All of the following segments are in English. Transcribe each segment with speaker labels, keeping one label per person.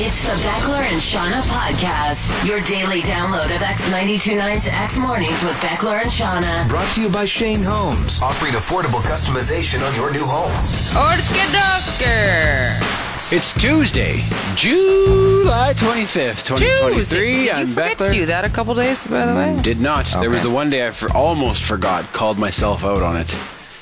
Speaker 1: It's the Beckler and Shauna podcast, your daily download of X929's X Mornings with Beckler and Shauna.
Speaker 2: Brought to you by Shane Homes, offering affordable customization on your new home.
Speaker 3: Orkidoker.
Speaker 4: It's Tuesday, July 25th, 2023.
Speaker 3: Tuesday. Did
Speaker 4: I'm
Speaker 3: you forget to
Speaker 4: Beckler.
Speaker 3: do that a couple days, by the way?
Speaker 4: Did not. There was
Speaker 5: Okay.
Speaker 4: the one day I for, almost forgot, called myself out on it.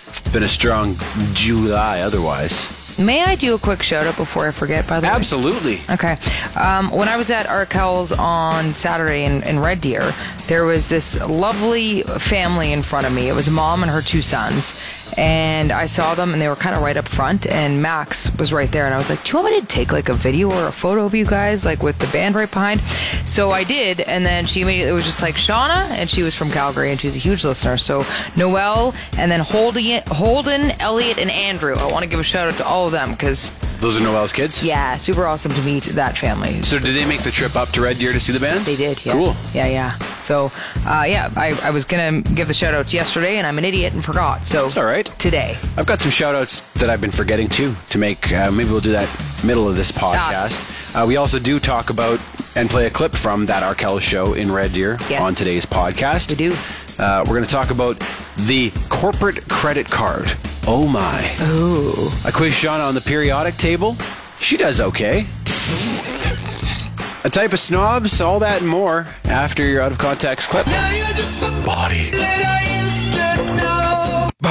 Speaker 4: It's been a strong July otherwise.
Speaker 3: May I do a quick shout out before I forget, by the way?
Speaker 4: Absolutely.
Speaker 3: Okay. Um, when I was at Arkell's on Saturday in, in Red Deer, there was this lovely family in front of me. It was a mom and her two sons. And I saw them and they were kind of right up front. And Max was right there. And I was like, Do you want me to take like a video or a photo of you guys, like with the band right behind? So I did. And then she immediately was just like, Shauna. And she was from Calgary and she's a huge listener. So Noelle and then Holden, Holden Elliot, and Andrew. I want to give a shout out to all of them because
Speaker 4: Those are Noel's kids?
Speaker 3: yeah, super awesome to meet that family.
Speaker 4: So, did they make the trip up to Red Deer to see the band?
Speaker 3: They did, yeah.
Speaker 4: Cool.
Speaker 3: Yeah, yeah. So, uh, yeah, I, I was going to give the shout outs yesterday, and I'm an idiot and forgot. So,
Speaker 4: It's all right.
Speaker 3: Today.
Speaker 4: I've got some shout outs that I've been forgetting too to make. Uh, maybe we'll do that middle of this podcast. Uh, we also do talk about and play a clip from that Arkell show in Red Deer
Speaker 3: Yes.
Speaker 4: on today's podcast.
Speaker 3: We do.
Speaker 4: Uh, we're going to talk about the corporate credit card. Oh my.
Speaker 3: Ooh.
Speaker 4: I quiz Shauna on the periodic table. She does okay. A type of snobs, all that and more after your out of context clip. Body.
Speaker 1: The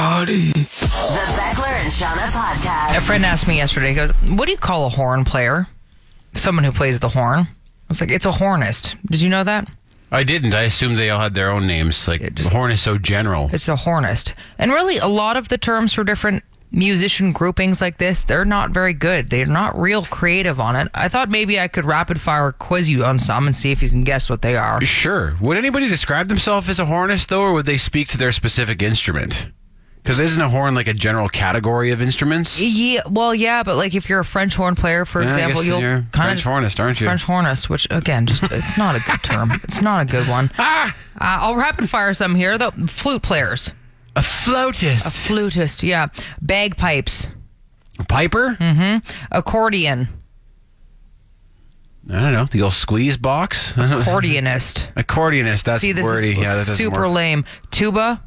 Speaker 1: Beckler and Shauna
Speaker 3: A
Speaker 1: podcast.
Speaker 3: friend asked me yesterday, he goes, What do you call a horn player? Someone who plays the horn. I was like, It's a hornist. Did you know that?
Speaker 6: I didn't. I assumed they all had their own names. Like
Speaker 3: just-
Speaker 6: horn is so general.
Speaker 3: It's a hornist. And really, a lot of the terms for different musician groupings like this, they're not very good. They're not real creative on it. I thought maybe I could rapid fire quiz you on some and see if you can guess what they are.
Speaker 6: Sure. Would anybody describe themselves as a hornist though, or would they speak to their specific instrument? Because isn't a horn like a general category of instruments?
Speaker 3: Yeah, well, yeah, but like if you're a French horn player, for
Speaker 6: Yeah, I
Speaker 3: example,
Speaker 6: guess
Speaker 3: you'll
Speaker 6: you're
Speaker 3: kind
Speaker 6: French
Speaker 3: of
Speaker 6: hornist, aren't you?
Speaker 3: French hornist, which again, just it's not a good term. It's not a good one. Ah! Uh, I'll rapid fire some here. The flute players,
Speaker 6: A flautist.
Speaker 3: flutist, yeah, bagpipes,
Speaker 6: Piper?
Speaker 3: Hmm. accordion,
Speaker 6: I don't know. The old squeeze box? I don't know.
Speaker 3: accordionist.
Speaker 6: Accordionist. That's
Speaker 3: See, this
Speaker 6: wordy.
Speaker 3: is
Speaker 6: yeah, that doesn't
Speaker 3: super
Speaker 6: work.
Speaker 3: lame. Tuba,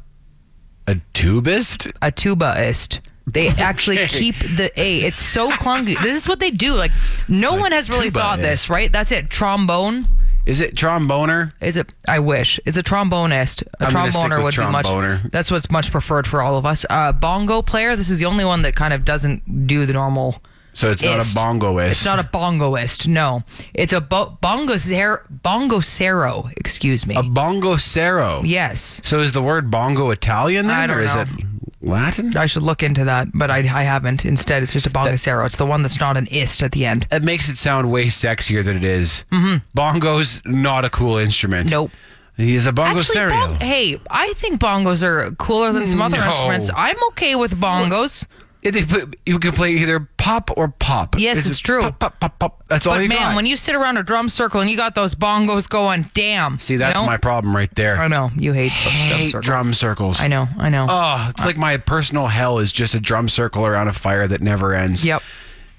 Speaker 6: A tubist?
Speaker 3: a tubaist. They actually keep the A. It's so clunky. This is what they do. Like no one has really thought this,
Speaker 6: tubaist.
Speaker 3: right? That's it. Trombone.
Speaker 6: Is it tromboner?
Speaker 3: Is it? I wish. It's a trombonist. A
Speaker 6: I'm gonna stick
Speaker 3: tromboner
Speaker 6: with
Speaker 3: would be
Speaker 6: tromboner.
Speaker 3: much. That's what's much preferred for all of us. Uh, bongo player. This is the only one that kind of doesn't do the normal.
Speaker 6: So it's not a
Speaker 3: Ist.
Speaker 6: bongoist.
Speaker 3: It's not a bongoist. No, it's a bo- bongo bongocero. Excuse me.
Speaker 6: a bongocero.
Speaker 3: yes,
Speaker 6: So is the word bongo Italian then,
Speaker 3: I don't
Speaker 6: or is
Speaker 3: know.
Speaker 6: it Latin?
Speaker 3: I should look into that, but I, I haven't. Instead, it's just a bongocero. It's the one that's not an ist at the end.
Speaker 6: it makes it sound way sexier than it is. Bongo's not a cool instrument.
Speaker 3: Mm-hmm. Nope.
Speaker 6: He's a bongo
Speaker 3: Actually,
Speaker 6: stereo.
Speaker 3: bong- hey, I think bongos are cooler than some other
Speaker 6: No.
Speaker 3: instruments. I'm okay with bongos.
Speaker 6: It- they put- you can play either pop or pop.
Speaker 3: Yes, it's
Speaker 6: just
Speaker 3: true.
Speaker 6: Pop, pop, pop, pop. That's all
Speaker 3: But
Speaker 6: you
Speaker 3: man,
Speaker 6: got.
Speaker 3: when you sit around a drum circle and you got those bongos going, damn.
Speaker 6: See, that's
Speaker 3: you know?
Speaker 6: my problem right there.
Speaker 3: I know you hate,
Speaker 6: Hate
Speaker 3: drum circles.
Speaker 6: drum circles.
Speaker 3: I know, I know.
Speaker 6: Oh, it's like my personal hell is just a drum circle around a fire that never ends.
Speaker 3: Yep.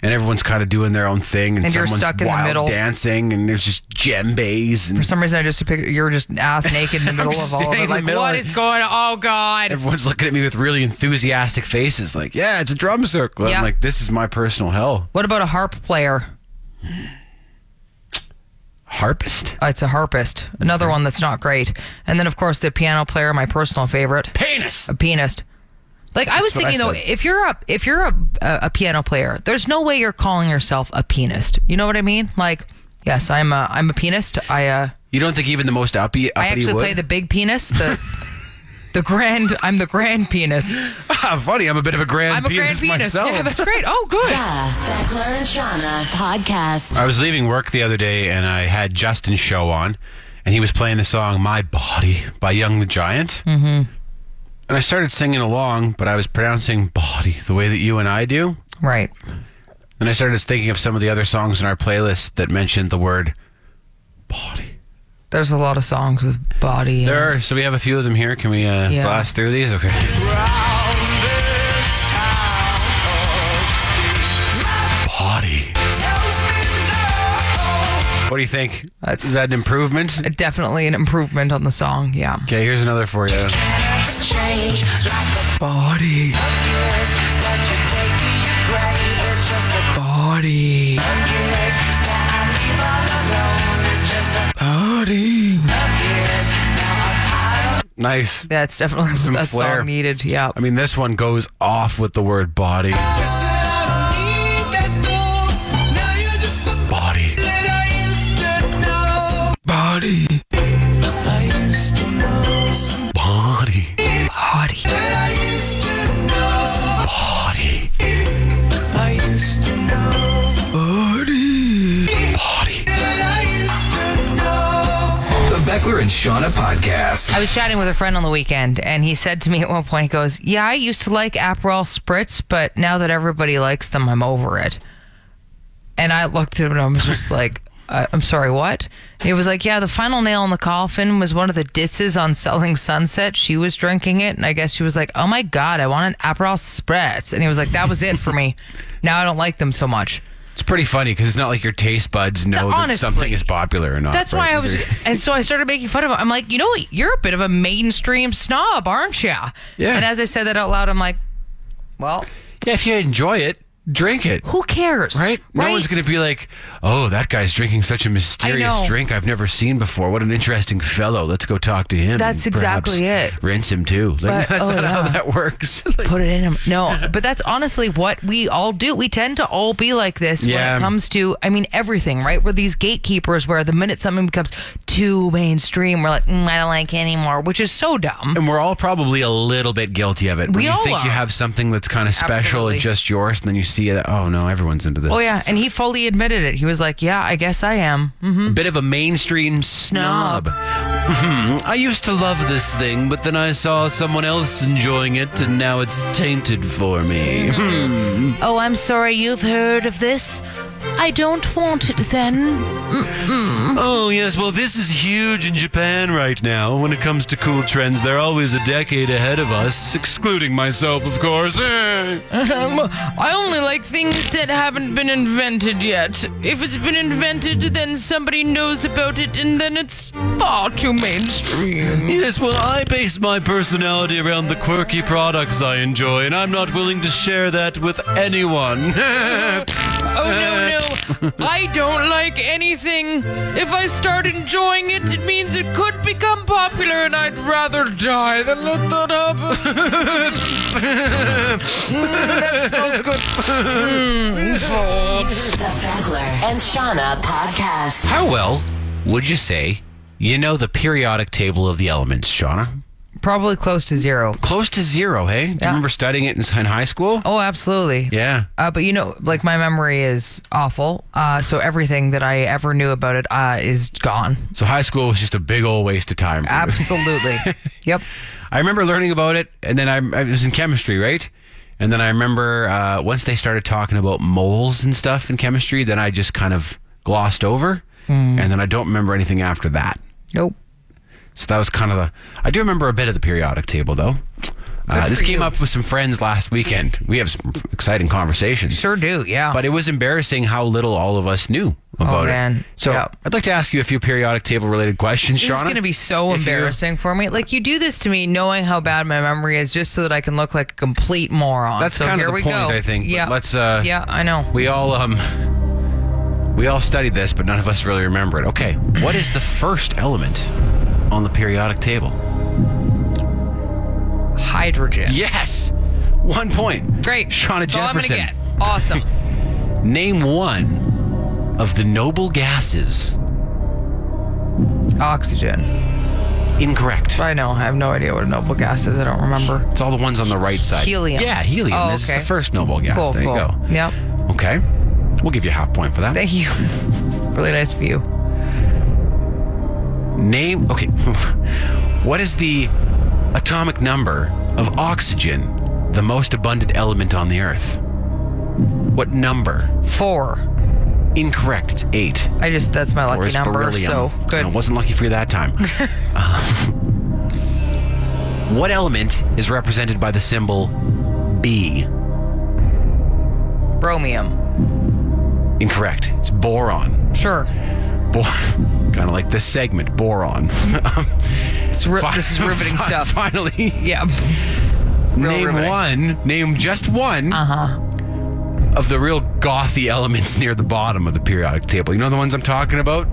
Speaker 6: And everyone's kind of doing their own thing, and,
Speaker 3: And you're
Speaker 6: someone's
Speaker 3: stuck in the
Speaker 6: wild
Speaker 3: middle.
Speaker 6: dancing, and there's just djembes, and
Speaker 3: For some reason, I just picture you're just ass naked in the middle of
Speaker 6: just
Speaker 3: all of
Speaker 6: standing
Speaker 3: it.
Speaker 6: in the
Speaker 3: Like,
Speaker 6: middle
Speaker 3: what
Speaker 6: and-
Speaker 3: is going? on? Oh God!
Speaker 6: everyone's looking at me with really enthusiastic faces, like, "Yeah, it's a drum circle."
Speaker 3: Yeah.
Speaker 6: I'm like, "This is my personal hell."
Speaker 3: What about a harp player?
Speaker 6: Harpist?
Speaker 3: Uh, it's a harpist. Another one that's not great. And then, of course, the piano player, my personal favorite,
Speaker 6: Penis.
Speaker 3: a pianist. Like I was
Speaker 6: That's what I
Speaker 3: thinking though,
Speaker 6: said.
Speaker 3: if you're a if you're a, a a piano player, there's no way you're calling yourself a pianist. You know what I mean? Like, yes, I'm a I'm a pianist. I uh.
Speaker 6: You don't think even the most uppy, uppity
Speaker 3: I actually
Speaker 6: would?
Speaker 3: play the big penis, the the grand. I'm the grand penis.
Speaker 6: Ah, funny. I'm a bit of a grand
Speaker 3: I'm a grand
Speaker 6: penis
Speaker 3: penis.
Speaker 6: myself.
Speaker 3: Yeah, that's great. Oh, good.
Speaker 1: Beckler and Shauna podcast.
Speaker 6: I was leaving work the other day and I had Justin's show on and he was playing the song My Body by Young the Giant. Mm-hmm. And I started singing along, but I was pronouncing body the way that you and I do.
Speaker 3: Right.
Speaker 6: And I started thinking of some of the other songs in our playlist that mentioned the word body.
Speaker 3: There's a lot of songs with body. and-
Speaker 6: There are, so we have a few of them here. Can we uh,
Speaker 3: Yeah.
Speaker 6: blast through these? Okay. Body. What do you think?
Speaker 3: That's-
Speaker 6: Is that an improvement?
Speaker 3: Definitely an improvement on the song. Yeah.
Speaker 6: Okay, here's another for you.
Speaker 3: Body. Body. Body.
Speaker 6: Nice.
Speaker 3: That's definitely
Speaker 6: Some
Speaker 3: that
Speaker 6: flair.
Speaker 3: song needed. Yeah.
Speaker 6: I mean, this one goes off with the word body. Body. Body. Body.
Speaker 3: Body.
Speaker 6: Body. Body.
Speaker 2: The Beckler and Shauna Podcast.
Speaker 3: I was chatting with a friend on the weekend, and he said to me at one point, he goes, Yeah, I used to like Aperol spritz, but now that everybody likes them, I'm over it. And I looked at him and I was just like, uh, I'm sorry, what? And he was like, Yeah, the final nail in the coffin was one of the disses on Selling Sunset. She was drinking it, and I guess she was like, Oh my God, I want an Aperol spritz. And he was like, That was it for me. Now I don't like them so much.
Speaker 6: It's pretty funny because it's not like your taste buds know that
Speaker 3: honestly.
Speaker 6: something is popular or not.
Speaker 3: That's why
Speaker 6: right?
Speaker 3: I was, and so I started making fun of him. I'm like, you know what? You're a bit of a mainstream snob, aren't you?
Speaker 6: Yeah.
Speaker 3: And as I said that out loud, I'm like, well,
Speaker 6: Yeah, if you enjoy it, drink it.
Speaker 3: who cares?
Speaker 6: Right? No one's going to be like, oh, that guy's drinking such a mysterious
Speaker 3: know.
Speaker 6: drink I've never seen before. What an interesting fellow. Let's go talk to him.
Speaker 3: That's
Speaker 6: and perhaps
Speaker 3: exactly it.
Speaker 6: Rinse him too.
Speaker 3: But-
Speaker 6: Like, that's
Speaker 3: oh,
Speaker 6: not how
Speaker 3: yeah.
Speaker 6: that works. Like,
Speaker 3: put it in him. No, but that's honestly what we all do. We tend to all be like this
Speaker 6: Yeah.
Speaker 3: when it comes to, I mean, everything, right? We're these gatekeepers where the minute something becomes too mainstream, we're like, mm, I don't like it anymore, which is so dumb.
Speaker 6: and we're all probably a little bit guilty of it. When
Speaker 3: We
Speaker 6: you
Speaker 3: all
Speaker 6: think you
Speaker 3: are.
Speaker 6: have something that's kind of special and
Speaker 3: Absolutely.
Speaker 6: just yours, and then you see that, oh, no, everyone's into this.
Speaker 3: Oh, yeah. And he fully admitted it. He was like, yeah, I guess I am. Hmm.
Speaker 6: A bit of a mainstream snob. Mhm. I used to love this thing, but then I saw someone else enjoying it, and now it's tainted for me.
Speaker 3: Oh, I'm sorry you've heard of this. I don't want it then.
Speaker 6: Oh, yes. Well, this is huge in Japan right now. When it comes to cool trends, they're always a decade ahead of us, excluding myself, of course. Eh.
Speaker 3: Um, I only like things that haven't been invented yet. If it's been invented, then somebody knows about it, and then it's far too mainstream.
Speaker 6: Yes, well, I base my personality around the quirky products I enjoy, and I'm not willing to share that with anyone.
Speaker 3: Oh, no, no. I don't like anything. If I start enjoying it, it means it could become popular, and I'd rather die than let that happen. Mm, that smells good. Mm, farts.
Speaker 1: The Beckler and Shauna podcast.
Speaker 6: How well would you say you know the periodic table of the elements, Shauna?
Speaker 3: Probably close to zero.
Speaker 6: Close to zero, hey? Do you remember studying it in in high school?
Speaker 3: Oh, absolutely.
Speaker 6: Yeah.
Speaker 3: Uh, but you know, like my memory is awful. Uh, so everything that I ever knew about it uh, is gone.
Speaker 6: So high school was just a big old waste of time. For you.
Speaker 3: Absolutely. yep.
Speaker 6: I remember learning about it, and then I, I was in chemistry, right? And then I remember uh, once they started talking about moles and stuff in chemistry, then I just kind of glossed over, and then I don't remember anything after that.
Speaker 3: Nope.
Speaker 6: So that was kind of the. I do remember a bit of the periodic table, though. Uh, this
Speaker 3: for
Speaker 6: came
Speaker 3: you.
Speaker 6: up with some friends last weekend. We have some exciting conversations.
Speaker 3: Sure do. Yeah.
Speaker 6: But it was embarrassing how little all of us knew about it.
Speaker 3: Oh, man.
Speaker 6: So
Speaker 3: Yeah.
Speaker 6: I'd like to ask you a few periodic table related questions,
Speaker 3: This is
Speaker 6: Shauna.
Speaker 3: going to be so
Speaker 6: If you-
Speaker 3: embarrassing for me. Like you do this to me, knowing how bad my memory is, just so that I can look like a complete moron.
Speaker 6: That's
Speaker 3: so
Speaker 6: kind
Speaker 3: here
Speaker 6: of the
Speaker 3: we
Speaker 6: point,
Speaker 3: go.
Speaker 6: I think. but
Speaker 3: Yeah.
Speaker 6: Let's. Uh,
Speaker 3: yeah, I know.
Speaker 6: We all um. We all studied this, but none of us really remember it. Okay, what is the first element on the periodic table?
Speaker 3: Hydrogen.
Speaker 6: Yes, one point.
Speaker 3: Great.
Speaker 6: Shauna
Speaker 3: That's all I'm gonna
Speaker 6: Jefferson.
Speaker 3: get. Awesome.
Speaker 6: Name one of the noble gases.
Speaker 3: Oxygen.
Speaker 6: incorrect.
Speaker 3: I know. I have no idea what a noble gas is. I don't remember.
Speaker 6: It's all the ones on the right side.
Speaker 3: Helium.
Speaker 6: Yeah, helium
Speaker 3: Oh,
Speaker 6: is
Speaker 3: okay.
Speaker 6: the first noble gas.
Speaker 3: Cool,
Speaker 6: there
Speaker 3: cool.
Speaker 6: you go.
Speaker 3: Yep.
Speaker 6: Okay. We'll give you a half point for that.
Speaker 3: Thank you. it's really nice of you.
Speaker 6: Name. Okay. what is the atomic number of oxygen, the most abundant element on the Earth? What number?
Speaker 3: Four.
Speaker 6: Incorrect. It's eight.
Speaker 3: I just that's my
Speaker 6: Or
Speaker 3: lucky
Speaker 6: is
Speaker 3: number.
Speaker 6: beryllium.
Speaker 3: So good.
Speaker 6: No, I wasn't lucky for you that time. Um, what element is represented by the symbol B?
Speaker 3: Bromium.
Speaker 6: Incorrect. It's boron.
Speaker 3: Sure.
Speaker 6: Bor- kind of like this segment, boron.
Speaker 3: It's Mm-hmm. ri-
Speaker 6: Fi-
Speaker 3: this is riveting
Speaker 6: fi-
Speaker 3: stuff.
Speaker 6: Finally,
Speaker 3: Yeah.
Speaker 6: name
Speaker 3: riveting. Ah.
Speaker 6: one. Name just one
Speaker 3: Uh-huh.
Speaker 6: of the real gothy elements near the bottom of the periodic table. You know the ones I'm talking about.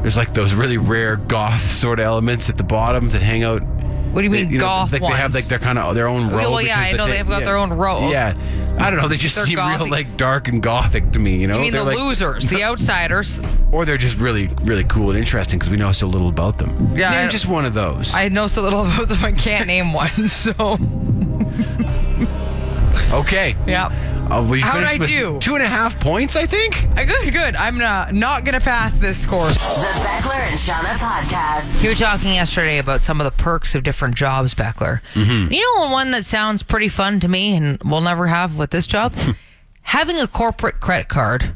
Speaker 6: There's like those really rare goth sort of elements at the bottom that hang out.
Speaker 3: What do you mean
Speaker 6: you know,
Speaker 3: golf
Speaker 6: like they have like
Speaker 3: ones?
Speaker 6: their kind of their own row.
Speaker 3: well, yeah,
Speaker 6: because
Speaker 3: I know
Speaker 6: ta-
Speaker 3: they have got their own row.
Speaker 6: Yeah, I don't know. They just
Speaker 3: They're
Speaker 6: seem real
Speaker 3: gothy.
Speaker 6: like dark and gothic to me. You know,
Speaker 3: You mean
Speaker 6: They're
Speaker 3: the
Speaker 6: like-
Speaker 3: losers, the outsiders?
Speaker 6: or they're just really really cool and interesting because we know so little about them.
Speaker 3: Yeah,
Speaker 6: name
Speaker 3: I-
Speaker 6: just one of those.
Speaker 3: I know so little about them, I can't name one. So,
Speaker 6: okay.
Speaker 3: yeah.
Speaker 6: Uh, we
Speaker 3: How'd
Speaker 6: finished
Speaker 3: I
Speaker 6: with
Speaker 3: do?
Speaker 6: Two and a half points, I think.
Speaker 3: Uh, Good, good. I'm not, not going to pass this course.
Speaker 1: The Beckler and Shauna podcast.
Speaker 3: You were talking yesterday about some of the perks of different jobs, Beckler.
Speaker 6: Mm-hmm.
Speaker 3: You know, one that sounds pretty fun to me and we'll never have with this job? Having a corporate credit card.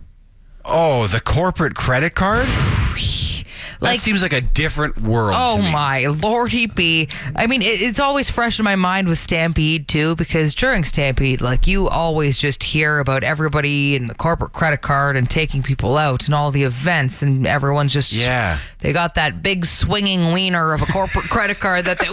Speaker 6: Oh, the corporate credit card. that
Speaker 3: Like-
Speaker 6: seems like a different world.
Speaker 3: Oh
Speaker 6: to me.
Speaker 3: my lordy be! I mean, it, it's always fresh in my mind with Stampede too, because during Stampede, like you always just hear about everybody and the corporate credit card and taking people out and all the events, and everyone's just
Speaker 6: Yeah.
Speaker 3: They got that big swinging wiener of a corporate credit card that they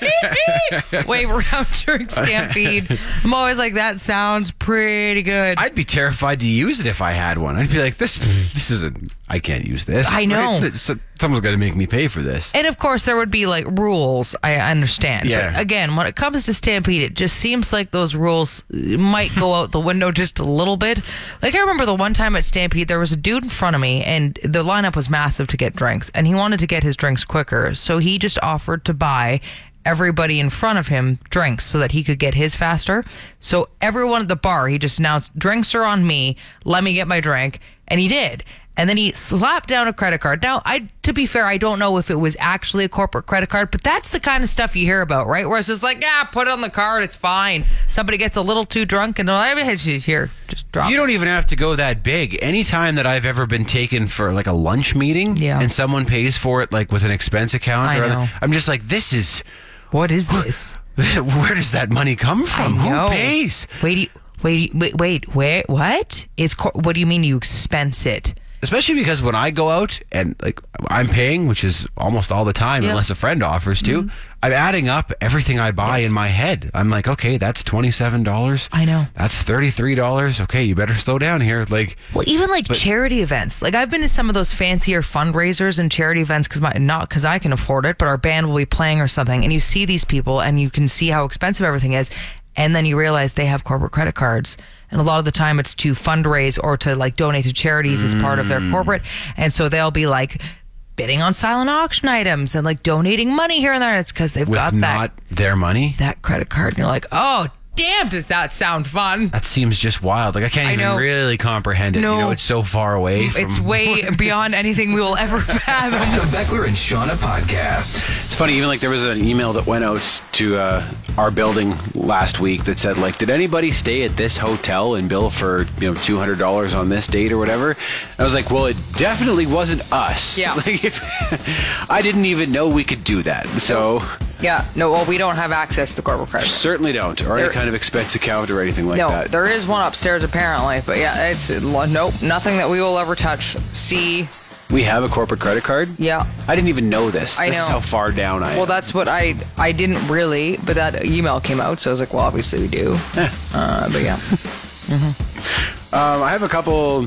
Speaker 3: woo, wave around during Stampede. I'm always like, that sounds pretty good.
Speaker 6: I'd be terrified to use it if I had one. I'd be like, this, this isn't. I can't use this.
Speaker 3: I know.
Speaker 6: Th- so- Someone's got to make me pay for this.
Speaker 3: And of course, there would be like rules. I understand.
Speaker 6: Yeah.
Speaker 3: But again, when it comes to Stampede, it just seems like those rules might go out the window just a little bit. Like, I remember the one time at Stampede, there was a dude in front of me, and the lineup was massive to get drinks, and he wanted to get his drinks quicker. So he just offered to buy everybody in front of him drinks so that he could get his faster. So everyone at the bar, he just announced, drinks are on me. Let me get my drink. And he did. And then he slapped down a credit card. Now, I to be fair, I don't know if it was actually a corporate credit card, but that's the kind of stuff you hear about, right? Where it's just like, ah, put it on the card, it's fine. Somebody gets a little too drunk and they're like, "Hey, here, just drop.
Speaker 6: You
Speaker 3: it."
Speaker 6: don't even have to go that big. Any time that I've ever been taken for like a lunch meeting,
Speaker 3: Yeah.
Speaker 6: and someone pays for it like with an expense account,
Speaker 3: I
Speaker 6: or other-
Speaker 3: know.
Speaker 6: I'm just like, this is.
Speaker 3: What is this?
Speaker 6: Where does that money come from?
Speaker 3: I know.
Speaker 6: Who pays?
Speaker 3: Wait, you- wait, wait, wait, wait, what? It's cor- what do you mean you expense it?
Speaker 6: especially because when I go out and like I'm paying, which is almost all the time,
Speaker 3: Yeah. Mm-hmm.
Speaker 6: unless a friend offers to, I'm adding up everything I buy in my head. I'm like, okay, that's twenty seven dollars.
Speaker 3: I know.
Speaker 6: That's thirty three dollars. Okay, you better slow down here. Like,
Speaker 3: Well, even like charity events. Like I've been to some of those fancier fundraisers and charity events because my not because I can afford it, but our band will be playing or something, and you see these people and you can see how expensive everything is, and then you realize they have corporate credit cards, and a lot of the time it's to fundraise or to like donate to charities as part of their
Speaker 6: Mm.
Speaker 3: corporate, and so they'll be like bidding on silent auction items and like donating money here and there. and It's because they've
Speaker 6: with
Speaker 3: got
Speaker 6: not
Speaker 3: that
Speaker 6: their money,
Speaker 3: that credit card, and you're like, oh damn, does that sound fun?
Speaker 6: that seems just wild. Like I can't
Speaker 3: I
Speaker 6: even
Speaker 3: know.
Speaker 6: really comprehend it.
Speaker 3: No.
Speaker 6: You know, it's so far away.
Speaker 3: It's
Speaker 6: from-
Speaker 3: way beyond anything we will ever fathom.
Speaker 2: The Beckler and Shauna podcast.
Speaker 4: It's funny, even like there was an email that went out to uh, our building last week that said like, did anybody stay at this hotel and bill for you know two hundred dollars on this date or whatever? And I was like, well, it definitely wasn't us.
Speaker 3: Yeah.
Speaker 4: Like, if, I didn't even know we could do that. So
Speaker 3: Yeah, no, well, we don't have access to corporate credit.
Speaker 4: certainly don't, or
Speaker 3: There-
Speaker 4: any kind of expense account or anything like
Speaker 3: no,
Speaker 4: that.
Speaker 3: there is one upstairs apparently, but yeah, it's nope, nothing that we will ever touch. See,
Speaker 4: we have a corporate credit card.
Speaker 3: Yeah.
Speaker 4: I didn't even know this.
Speaker 3: I
Speaker 4: this is
Speaker 3: know.
Speaker 4: how far down I.
Speaker 3: well,
Speaker 4: am.
Speaker 3: that's what I I didn't really, but that email came out, so I was like, well, obviously we do. Uh, but yeah,
Speaker 4: Um, I have a couple,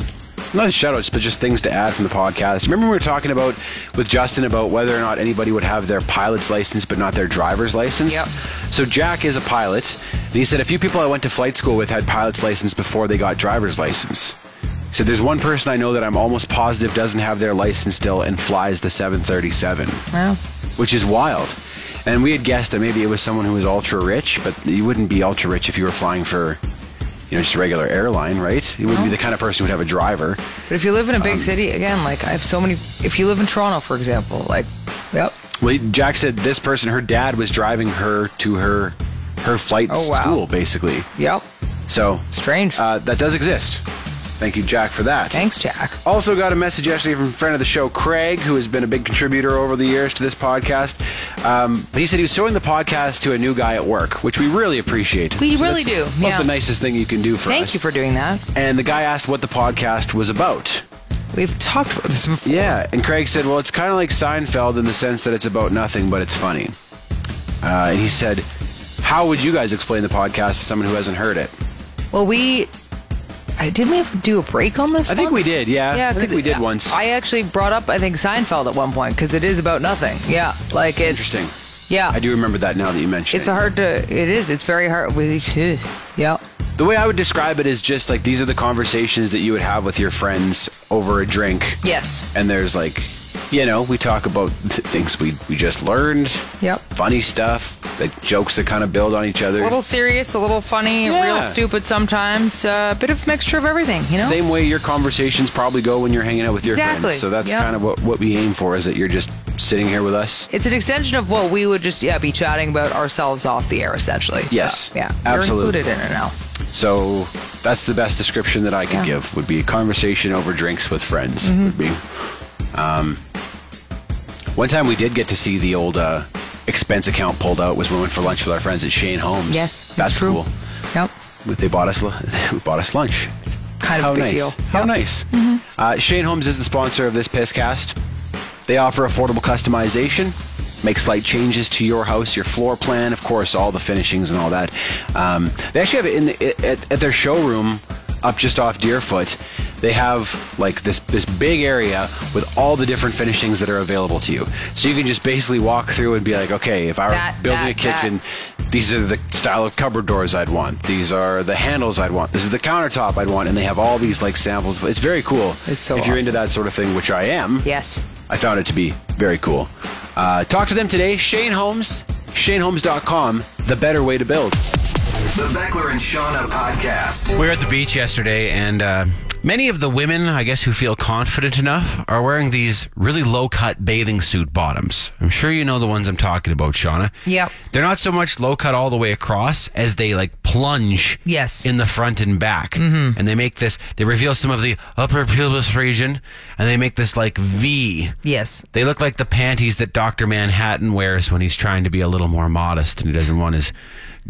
Speaker 4: not shout outs, but just things to add from the podcast. Remember, we were talking about with Justin about whether or not anybody would have their pilot's license but not their driver's license.
Speaker 3: Yep.
Speaker 4: So, Jack is a pilot, and he said a few people I went to flight school with had pilot's license before they got driver's license. He said there's one person I know that I'm almost positive doesn't have their license still and flies the 737.
Speaker 3: well,
Speaker 6: which is wild. And we had guessed that maybe it was someone who was ultra rich, but you wouldn't be ultra rich if you were flying for, you know, just a regular airline, right? You wouldn't be the kind of person who would have a driver.
Speaker 3: But if you live in a
Speaker 6: Um,
Speaker 3: big city, again, like I have so many. If you live in Toronto, for example, like, yep.
Speaker 6: Well, Jack said this person, her dad was driving her to her her flight
Speaker 3: Oh, wow.
Speaker 6: school, basically.
Speaker 3: Yep.
Speaker 6: So
Speaker 3: Strange.
Speaker 6: Uh, that does exist. Thank you, Jack, for that.
Speaker 3: Thanks, Jack.
Speaker 6: Also got a message yesterday from a friend of the show, Craig, who has been a big contributor over the years to this podcast. Um, but he said he was showing the podcast to a new guy at work, which we really appreciate.
Speaker 3: We really
Speaker 6: that's
Speaker 3: do,
Speaker 6: About
Speaker 3: yeah.
Speaker 6: the nicest thing you can do for us.
Speaker 3: Thank you for doing that.
Speaker 6: And the guy asked what the podcast was about.
Speaker 3: We've talked about this before.
Speaker 6: Yeah, and Craig said, "Well, it's kind of like Seinfeld in the sense that it's about nothing, but it's funny." Uh, and he said, "How would you guys explain the podcast to someone who hasn't heard it?"
Speaker 3: Well, we I, didn't we have to do a break on this?
Speaker 6: I think
Speaker 3: one?
Speaker 6: we did. Yeah, I think
Speaker 3: 'cause
Speaker 6: we did once.
Speaker 3: I actually brought up I think Seinfeld at one point because it is about nothing. Yeah, like it's
Speaker 6: Interesting.
Speaker 3: Yeah,
Speaker 6: I do remember that now that you mention
Speaker 3: It's
Speaker 6: it.
Speaker 3: a hard to. It is. It's very hard. We, yeah.
Speaker 6: The way I would describe it is just like these are the conversations that you would have with your friends over a drink.
Speaker 3: Yes.
Speaker 6: And there's like, you know, we talk about th- things we, we just learned.
Speaker 3: Yep.
Speaker 6: Funny stuff, like jokes that kind of build on each other.
Speaker 3: A little serious, a little funny,
Speaker 6: Yeah.
Speaker 3: real stupid sometimes. uh, A bit of mixture of everything. You know.
Speaker 6: Same way your conversations probably go when you're hanging out with your
Speaker 3: Exactly.
Speaker 6: friends. So that's
Speaker 3: Yep.
Speaker 6: kind of what, what we aim for is that you're just sitting here with us.
Speaker 3: It's an extension of what we would just yeah be chatting about ourselves off the air essentially. Uh,
Speaker 6: Yes.
Speaker 3: Yeah.
Speaker 6: Absolutely.
Speaker 3: You're included in it now.
Speaker 6: So that's the best description that I can
Speaker 3: Yeah. Mm-hmm.
Speaker 6: give would be a conversation over drinks with friends would be. Um, one time we did get to see the old uh, expense account pulled out was when we went for lunch with our friends at Shane Holmes.
Speaker 3: Yes.
Speaker 6: that's
Speaker 3: it's true.
Speaker 6: cool.
Speaker 3: Yep.
Speaker 6: They bought us lu- they bought us lunch.
Speaker 3: Kind of
Speaker 6: How
Speaker 3: a big
Speaker 6: nice.
Speaker 3: deal. Mm-hmm.
Speaker 6: How nice. Uh, Shane Holmes is the sponsor of this Pisscast. They offer affordable customization, make slight changes to your house, your floor plan, of course, all the finishings and all that. Um, they actually have it in at, at their showroom up just off Deerfoot. They have like this this big area with all the different finishings that are available to you. So you can just basically walk through and be like, okay, if I were
Speaker 3: That,
Speaker 6: building
Speaker 3: that,
Speaker 6: a kitchen,
Speaker 3: that.
Speaker 6: these are the style of cupboard doors I'd want. These are the handles I'd want. This is the countertop I'd want. And they have all these like samples. It's very cool.
Speaker 3: It's so
Speaker 6: If you're
Speaker 3: awesome.
Speaker 6: into that sort of thing, which I am,
Speaker 3: Yes.
Speaker 6: I found it to be very cool. Uh, talk to them today. Shane Holmes, shaneholmes.com, the better way to build.
Speaker 7: The Beckler and Shauna podcast.
Speaker 8: We were at the beach yesterday, and uh, many of the women, I guess, who feel confident enough are wearing these really low cut bathing suit bottoms. I'm sure you know the ones I'm talking about, Shauna.
Speaker 3: Yep.
Speaker 8: They're not so much low cut all the way across as they like plunge
Speaker 3: Yes.
Speaker 8: in the front and back. Mm-hmm. And they make this, they reveal some of the upper pelvis region, and they make this like V.
Speaker 3: Yes.
Speaker 8: They look like the panties that Dr. Manhattan wears when he's trying to be a little more modest and he doesn't want his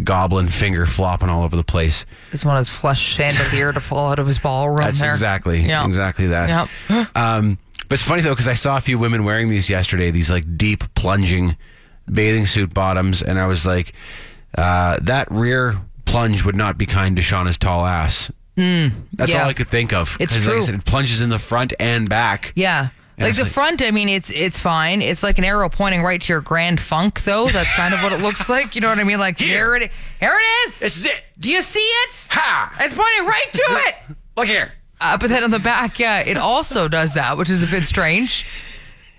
Speaker 8: goblin finger flopping all over the place.
Speaker 3: Just want his flesh chandelier to fall out of his ballroom.
Speaker 8: That's
Speaker 3: there.
Speaker 8: exactly
Speaker 3: Yeah.
Speaker 8: exactly that. Um, but it's funny though because I saw a few women wearing these yesterday, these like deep plunging bathing suit bottoms, and I was like, uh, that rear plunge would not be kind to Shauna's tall ass. That's
Speaker 3: Mm, yeah.
Speaker 8: all I could think of.
Speaker 3: It's
Speaker 8: 'Cause like I
Speaker 3: true.
Speaker 8: said, it plunges in the front and back.
Speaker 3: Yeah.
Speaker 8: And
Speaker 3: like
Speaker 8: it's
Speaker 3: the
Speaker 8: like-
Speaker 3: front, I mean, it's it's fine. It's like an arrow pointing right to your grand funk, though. That's kind of what it looks like. You know what I mean? Like here, it here it is.
Speaker 8: This is it.
Speaker 3: Do you see it?
Speaker 8: Ha!
Speaker 3: It's pointing right to it.
Speaker 8: Look here.
Speaker 3: Uh, but then on the back, yeah, it also does that, which is a bit strange.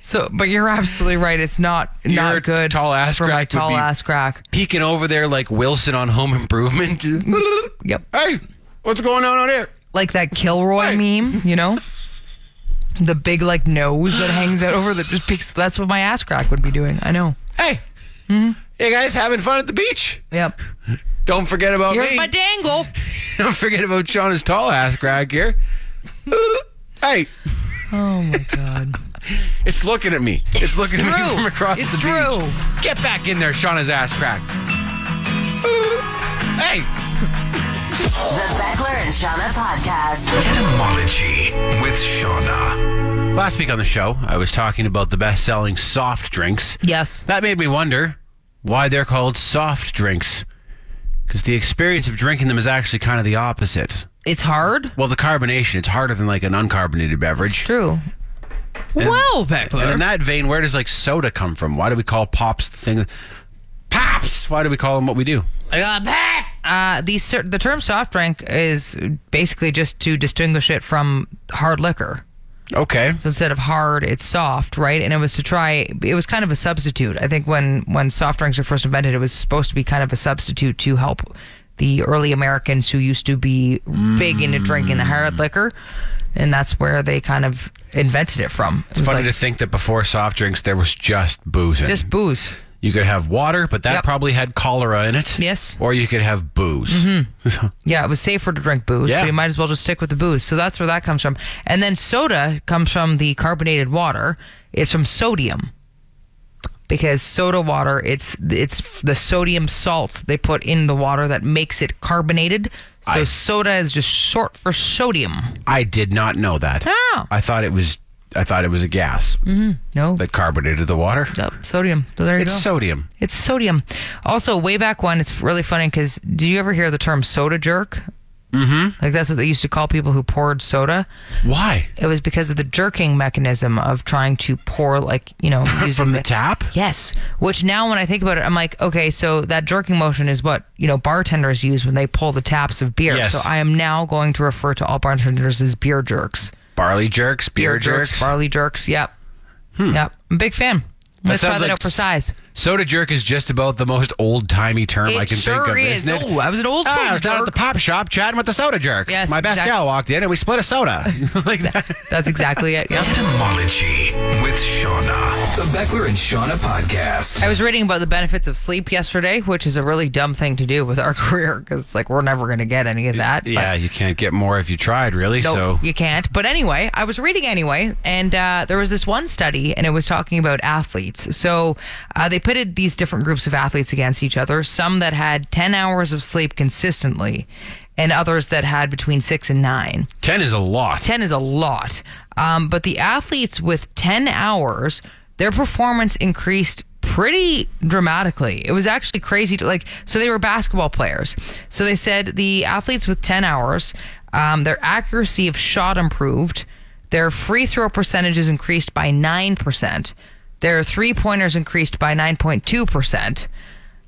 Speaker 3: So, but you're absolutely right. It's not
Speaker 8: Your
Speaker 3: not good.
Speaker 8: tall ass
Speaker 3: for my
Speaker 8: crack would
Speaker 3: tall
Speaker 8: be-
Speaker 3: ass crack.
Speaker 8: Peeking over there like Wilson on Home Improvement.
Speaker 3: Yep,
Speaker 8: hey, what's going on out here?
Speaker 3: like that Kilroy meme, you know, the big like nose that hangs out over that just peaks. That's what my ass crack would be doing. I know.
Speaker 8: Hey,
Speaker 3: Hmm?
Speaker 8: you guys having fun at the beach?
Speaker 3: Yep.
Speaker 8: Don't forget about
Speaker 3: Here's
Speaker 8: me.
Speaker 3: my dangle.
Speaker 8: Don't forget about Shauna's tall ass crack here. hey,
Speaker 3: Oh my god.
Speaker 8: it's looking at me. It's, looking at me
Speaker 3: true.
Speaker 8: from across
Speaker 3: It's
Speaker 8: the
Speaker 3: true.
Speaker 8: beach. Get back in there, Shauna's ass crack. hey,
Speaker 1: The Beckler and Shauna Podcast.
Speaker 7: Etymology with Shauna.
Speaker 8: last week on the show, I was talking about the best selling soft drinks.
Speaker 3: Yes.
Speaker 8: That made me wonder why they're called soft drinks. Because the experience of drinking them is actually kind of the opposite.
Speaker 3: It's hard.
Speaker 8: Well, the carbonation, it's harder than like an uncarbonated beverage.
Speaker 3: True. well,
Speaker 8: And in
Speaker 3: Beckler.
Speaker 8: that vein, where does like soda come from? Why do we call pops the thing? Pops. Why do we call them what we do?
Speaker 3: I got back. Uh, the cer- the term soft drink is basically just to distinguish it from hard liquor.
Speaker 6: Okay.
Speaker 3: So instead of hard, it's soft, right? And it was to try. It was kind of a substitute. I think when when soft drinks were first invented, it was supposed to be kind of a substitute to help the early Americans who used to be big into drinking the
Speaker 8: Mm.
Speaker 3: hard liquor, and that's where they kind of invented it from. It
Speaker 6: It's
Speaker 3: was
Speaker 6: funny
Speaker 3: like,
Speaker 6: to think that before soft drinks, there was just booze in it.
Speaker 3: just booze.
Speaker 6: You could have water, but that
Speaker 3: Yep.
Speaker 6: probably had cholera in it.
Speaker 3: Yes. Mm-hmm.
Speaker 6: Or you could have booze.
Speaker 3: Yeah, it was safer to drink booze,
Speaker 6: Yeah.
Speaker 3: so you might as well just stick with the booze. So that's where that comes from. And then soda comes from the carbonated water. It's from sodium. Because soda water, it's it's the sodium salts they put in the water that makes it carbonated. So soda is just short for sodium.
Speaker 6: I did not know that.
Speaker 3: Oh.
Speaker 6: I thought it was. I thought it was a gas
Speaker 3: No.
Speaker 6: that carbonated the water.
Speaker 3: Yep, sodium. So there Mm. you
Speaker 6: It's
Speaker 3: go.
Speaker 6: sodium.
Speaker 3: It's sodium. Also, way back when, it's really funny because do you ever hear the term soda jerk? Mm-hmm. Like that's what they used to call people who poured soda.
Speaker 6: Why?
Speaker 3: It was because of the jerking mechanism of trying to pour, like you know, using
Speaker 6: From the tap?
Speaker 3: Yes. Which now, when I think about it, I'm like, okay, so that jerking motion is what you know bartenders use when they pull the taps of beer.
Speaker 6: Yes.
Speaker 3: So I am now going to refer to all bartenders as beer jerks,
Speaker 6: Barley jerks, beer, jerks. Hmm.
Speaker 3: barley jerks. Yep. Yep. I'm a big fan. Let's try
Speaker 6: sounds
Speaker 3: that
Speaker 6: like
Speaker 3: out for size.
Speaker 6: Soda jerk is just about the most old timey term
Speaker 3: It
Speaker 6: I can
Speaker 3: sure
Speaker 6: think of.
Speaker 3: is.
Speaker 6: Isn't it?
Speaker 3: Oh, I was an old
Speaker 6: Ah,
Speaker 3: soda
Speaker 6: I was down at
Speaker 3: jerk.
Speaker 6: the pop shop chatting with the soda jerk.
Speaker 3: Yes,
Speaker 6: My best
Speaker 3: exact-
Speaker 6: gal walked in and we split a soda. like that.
Speaker 3: That's exactly it. Yep.
Speaker 2: Etymology with Shauna. The Beckler and Shauna podcast.
Speaker 3: I was reading about the benefits of sleep yesterday, which is a really dumb thing to do with our career because, like, we're never going to get any of that. but-
Speaker 6: yeah, you can't get more if you tried, really.
Speaker 3: No,
Speaker 6: so
Speaker 3: you can't. But anyway, I was reading anyway, and uh, there was this one study, and it was talking about athletes. So uh, they pitted these different groups of athletes against each other, some that had 10 hours of sleep consistently, and others that had between six and nine.
Speaker 6: 10 is a lot.
Speaker 3: 10 is a lot. Um, but the athletes with 10 hours, their performance increased pretty dramatically. It was actually crazy. To, like, so they were basketball players. So they said the athletes with 10 hours, um, their accuracy of shot improved, their free throw percentages increased by 9%, their three pointers increased by 9.2%.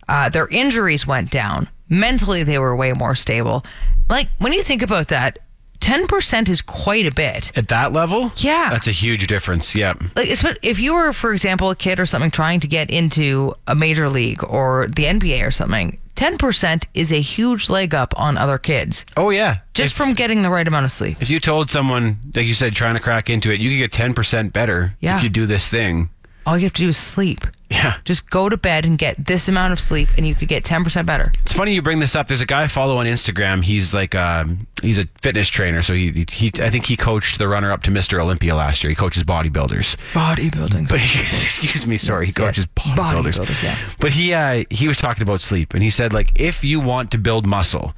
Speaker 3: Uh, their injuries went down. Mentally, they were way more stable. Like, when you think about that, 10% is quite a bit.
Speaker 6: At that level?
Speaker 3: Yeah.
Speaker 6: That's a huge difference. Yep.
Speaker 3: Like, it's what- if you were, for example, a kid or something trying to get into a major league or the NBA or something, 10% is a huge leg up on other kids
Speaker 6: Oh, yeah.
Speaker 3: just
Speaker 6: if,
Speaker 3: from getting the right amount of sleep.
Speaker 6: If you told someone, like you said, trying to crack into it, you could get 10% better
Speaker 3: Yeah.
Speaker 6: if you do this thing.
Speaker 3: All you have to do is sleep.
Speaker 6: Yeah.
Speaker 3: Just go to bed and get this amount of sleep, and you could get 10% better.
Speaker 6: It's funny you bring this up. There's a guy I follow on Instagram. He's like, um, he's a fitness trainer. So he, he, I think he coached the runner up to Mr. Olympia last year. He coaches bodybuilders.
Speaker 3: Bodybuilding.
Speaker 6: But he, excuse me, sorry, he
Speaker 3: Yes,
Speaker 6: coaches
Speaker 3: yes.
Speaker 6: bodybuilders.
Speaker 3: Bodybuilders, yeah.
Speaker 6: But he uh, he was talking about sleep, and he said like if you want to build muscle,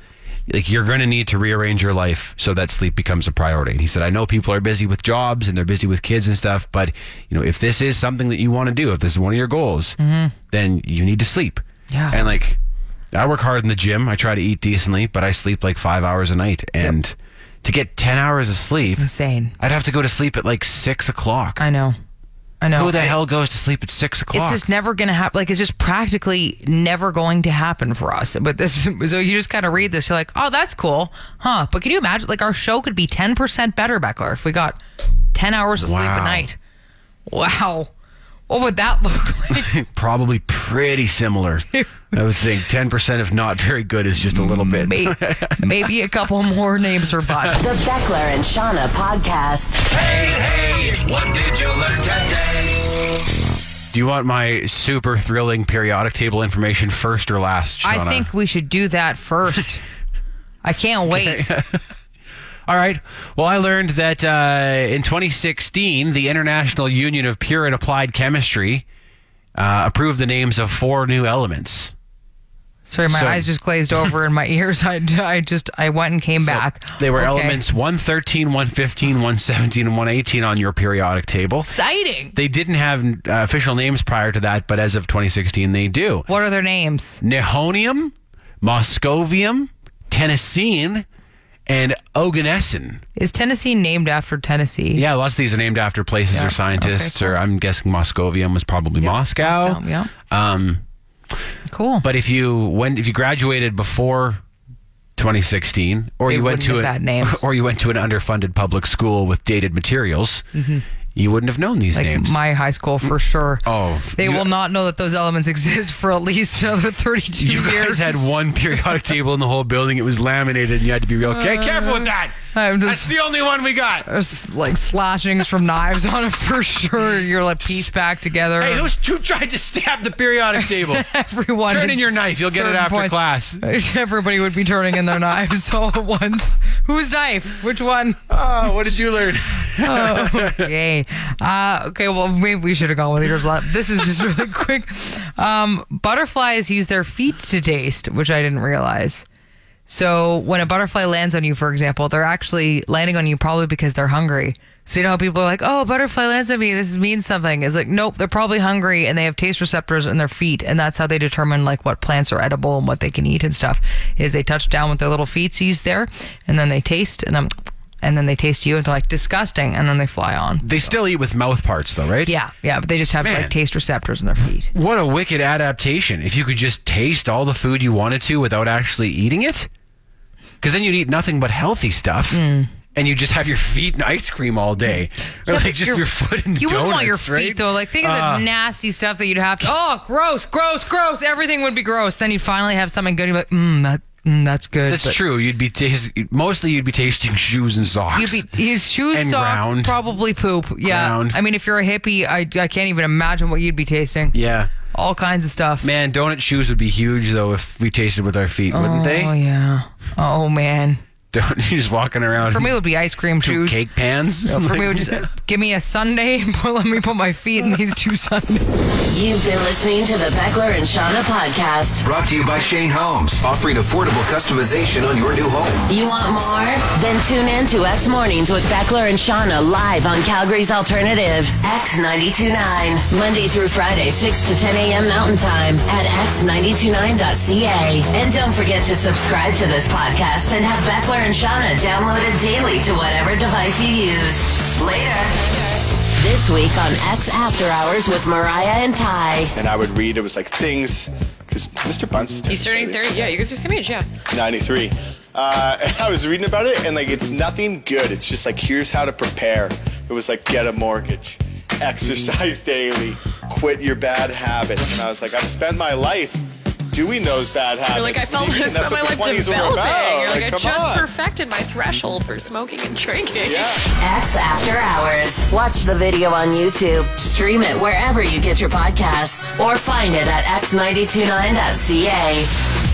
Speaker 6: like you're going to need to rearrange your life so that sleep becomes a priority. And he said, I know people are busy with jobs and they're busy with kids and stuff, but you know if this is something that you want to do, if this is one of your goals, then you need to sleep.
Speaker 3: Mm-hmm. Yeah.
Speaker 6: and like I work hard in the gym. I try to eat decently, but I sleep like five hours a night, and. To get ten hours of sleep,
Speaker 3: Insane.
Speaker 6: I'd have to go to sleep at like six o'clock.
Speaker 3: I know. I know.
Speaker 6: Who the
Speaker 3: I-
Speaker 6: hell goes to sleep at six
Speaker 3: It's
Speaker 6: o'clock?
Speaker 3: just never going to happen. Like, it's just practically never going to happen for us. But this, so you just kind of read this. You're like, oh, that's cool. Huh. But can you imagine? Like, our show could be 10% better, Beckler, if we got 10 hours of sleep a
Speaker 6: Wow.
Speaker 3: night. Wow. What would that look like?
Speaker 6: probably pretty similar. I would think ten percent, if not very good, is just a little bit.
Speaker 3: maybe, maybe a couple more names are bought.
Speaker 1: The Beckler and Shauna podcast.
Speaker 2: Hey, hey, what did you learn today?
Speaker 6: Do you want my super thrilling periodic table information first or last, Shauna?
Speaker 3: I think we should do that first. I can't wait.
Speaker 6: All right. Well, I learned that uh, in 2016, the International Union of Pure and Applied Chemistry uh, approved the names of four new elements.
Speaker 3: Sorry, my
Speaker 6: So-
Speaker 3: eyes just glazed over and my ears. I, I just, I went and came back.
Speaker 6: They were
Speaker 3: Okay.
Speaker 6: elements 113, 115, 117, and 118 on your periodic table.
Speaker 3: Exciting.
Speaker 6: They didn't have uh, official names prior to that, but as of 2016, they do.
Speaker 3: What are their names?
Speaker 6: Nihonium, Moscovium, Tennessean, and Oganesson.
Speaker 3: Is Tennessee named after Tennessee?
Speaker 6: Yeah, lots of these are named after places
Speaker 3: Yeah,
Speaker 6: or scientists,
Speaker 3: okay, cool.
Speaker 6: or I'm guessing Moscovium was probably Moscow.
Speaker 3: Moscow, yeah.
Speaker 6: Um,
Speaker 3: Cool.
Speaker 6: but if you when if you graduated before 2016, or
Speaker 3: They
Speaker 6: you went
Speaker 3: wouldn't
Speaker 6: to
Speaker 3: have had names.
Speaker 6: or you went to an underfunded public school with dated materials, you wouldn't have known these
Speaker 3: Mm-hmm. like
Speaker 6: names.
Speaker 3: my high school for sure.
Speaker 6: Oh,
Speaker 3: they
Speaker 6: you-
Speaker 3: will not know that those elements exist for at least another 32
Speaker 6: you
Speaker 3: years.
Speaker 6: guys had one periodic table in the whole building. It was laminated, and you had to be real okay, careful with that.
Speaker 3: Uh, I'm just- Uh,
Speaker 6: That's the only one we got.
Speaker 3: There's, like slashings from knives on it for sure. You're like pieced back together.
Speaker 6: Hey, those two tried to stab the periodic table.
Speaker 3: Everyone
Speaker 6: Turn
Speaker 3: at
Speaker 6: in your knife. You'll get it
Speaker 3: certain Uh,
Speaker 6: after
Speaker 3: point-
Speaker 6: class.
Speaker 3: Everybody would be turning in their knives all at once. Whose knife? Which one?
Speaker 6: Oh, what did you learn?
Speaker 3: Yay. Uh, okay, well, maybe we should have gone with eaters lot. This is just really quick. Um, butterflies use their feet to taste, which I didn't realize. So when a butterfly lands on you, for example, they're actually landing on you probably because they're hungry. So you know how people are like, "Oh, a butterfly lands on me. This means something." It's like, nope, they're probably hungry and they have taste receptors in their feet, and that's how they determine like what plants are edible and what they can eat and stuff. Is they touch down with their little feetsies there, and then they taste, and then and then they taste you, and they're like disgusting, and then they fly on.
Speaker 6: They still eat with mouth parts, though, right?
Speaker 3: Yeah, yeah, but they just have
Speaker 6: Man.
Speaker 3: like taste receptors in their feet.
Speaker 6: What a wicked adaptation. If you could just taste all the food you wanted to without actually eating it, because then you'd eat nothing but healthy stuff.
Speaker 3: Hmm.
Speaker 6: And you just have your feet and ice cream all day, or like just your, foot and
Speaker 3: You
Speaker 6: donuts.
Speaker 3: wouldn't want your feet
Speaker 6: right? Ah.
Speaker 3: though. Like think of the nasty stuff that you'd have to. Oh, gross, gross, gross. Everything would be gross. Then you'd finally have something good. You'd be like, mm, that, mm, that's good.
Speaker 6: That's
Speaker 3: But
Speaker 6: true. You'd be tas- mostly you'd be tasting shoes and socks.
Speaker 3: You'd be his shoes,
Speaker 6: And
Speaker 3: socks,
Speaker 6: ground.
Speaker 3: probably poop. Yeah.
Speaker 6: Ground.
Speaker 3: I mean, if you're a hippie, I, I can't even imagine what you'd be tasting.
Speaker 6: yeah,
Speaker 3: All kinds of stuff.
Speaker 6: man. Donut shoes would be huge though if we tasted with our feet, wouldn't they?
Speaker 3: Oh yeah. Oh man.
Speaker 6: Don't you just walking around?
Speaker 3: For me, it would be ice cream
Speaker 6: two
Speaker 3: shoes.
Speaker 6: cake pans.
Speaker 3: For me, it
Speaker 6: Like-
Speaker 3: would just give me a Sunday and put, let me put my feet in these two Sundays.
Speaker 1: You've been listening to the Beckler and Shauna podcast.
Speaker 2: Brought to you by Shane Holmes, offering affordable customization on your new home.
Speaker 1: You want more? Then tune in to X Mornings with Beckler and Shauna live on Calgary's Alternative, X929. Monday through Friday, 6 to 10 a.m. Mountain Time at x929.ca. And don't forget to subscribe to this podcast and have Beckler and Shauna downloaded daily to whatever device you use. Later. This week on X After Hours with Mariah and Ty.
Speaker 9: and I would read. It was like things because Mr. Bunce is
Speaker 10: He's turning 30. Yeah, you guys are the same age. Yeah.
Speaker 9: 93. Uh, and I was reading about it, and like it's nothing good. It's just like here's how to prepare. It was like get a mortgage, exercise daily, quit your bad habits. And I was like, I've spent my life doing those bad habits.
Speaker 10: You're like, I felt
Speaker 9: And
Speaker 10: I
Speaker 9: that's
Speaker 10: spent my
Speaker 9: what the
Speaker 10: life
Speaker 9: 20s were
Speaker 10: developing.
Speaker 9: about.
Speaker 10: You're like, I
Speaker 9: come
Speaker 10: just
Speaker 9: on.
Speaker 10: perfected my threshold for smoking and drinking.
Speaker 9: Yeah.
Speaker 1: X After Hours. Watch the video on YouTube. Stream it wherever you get your podcasts or find it at x929.ca.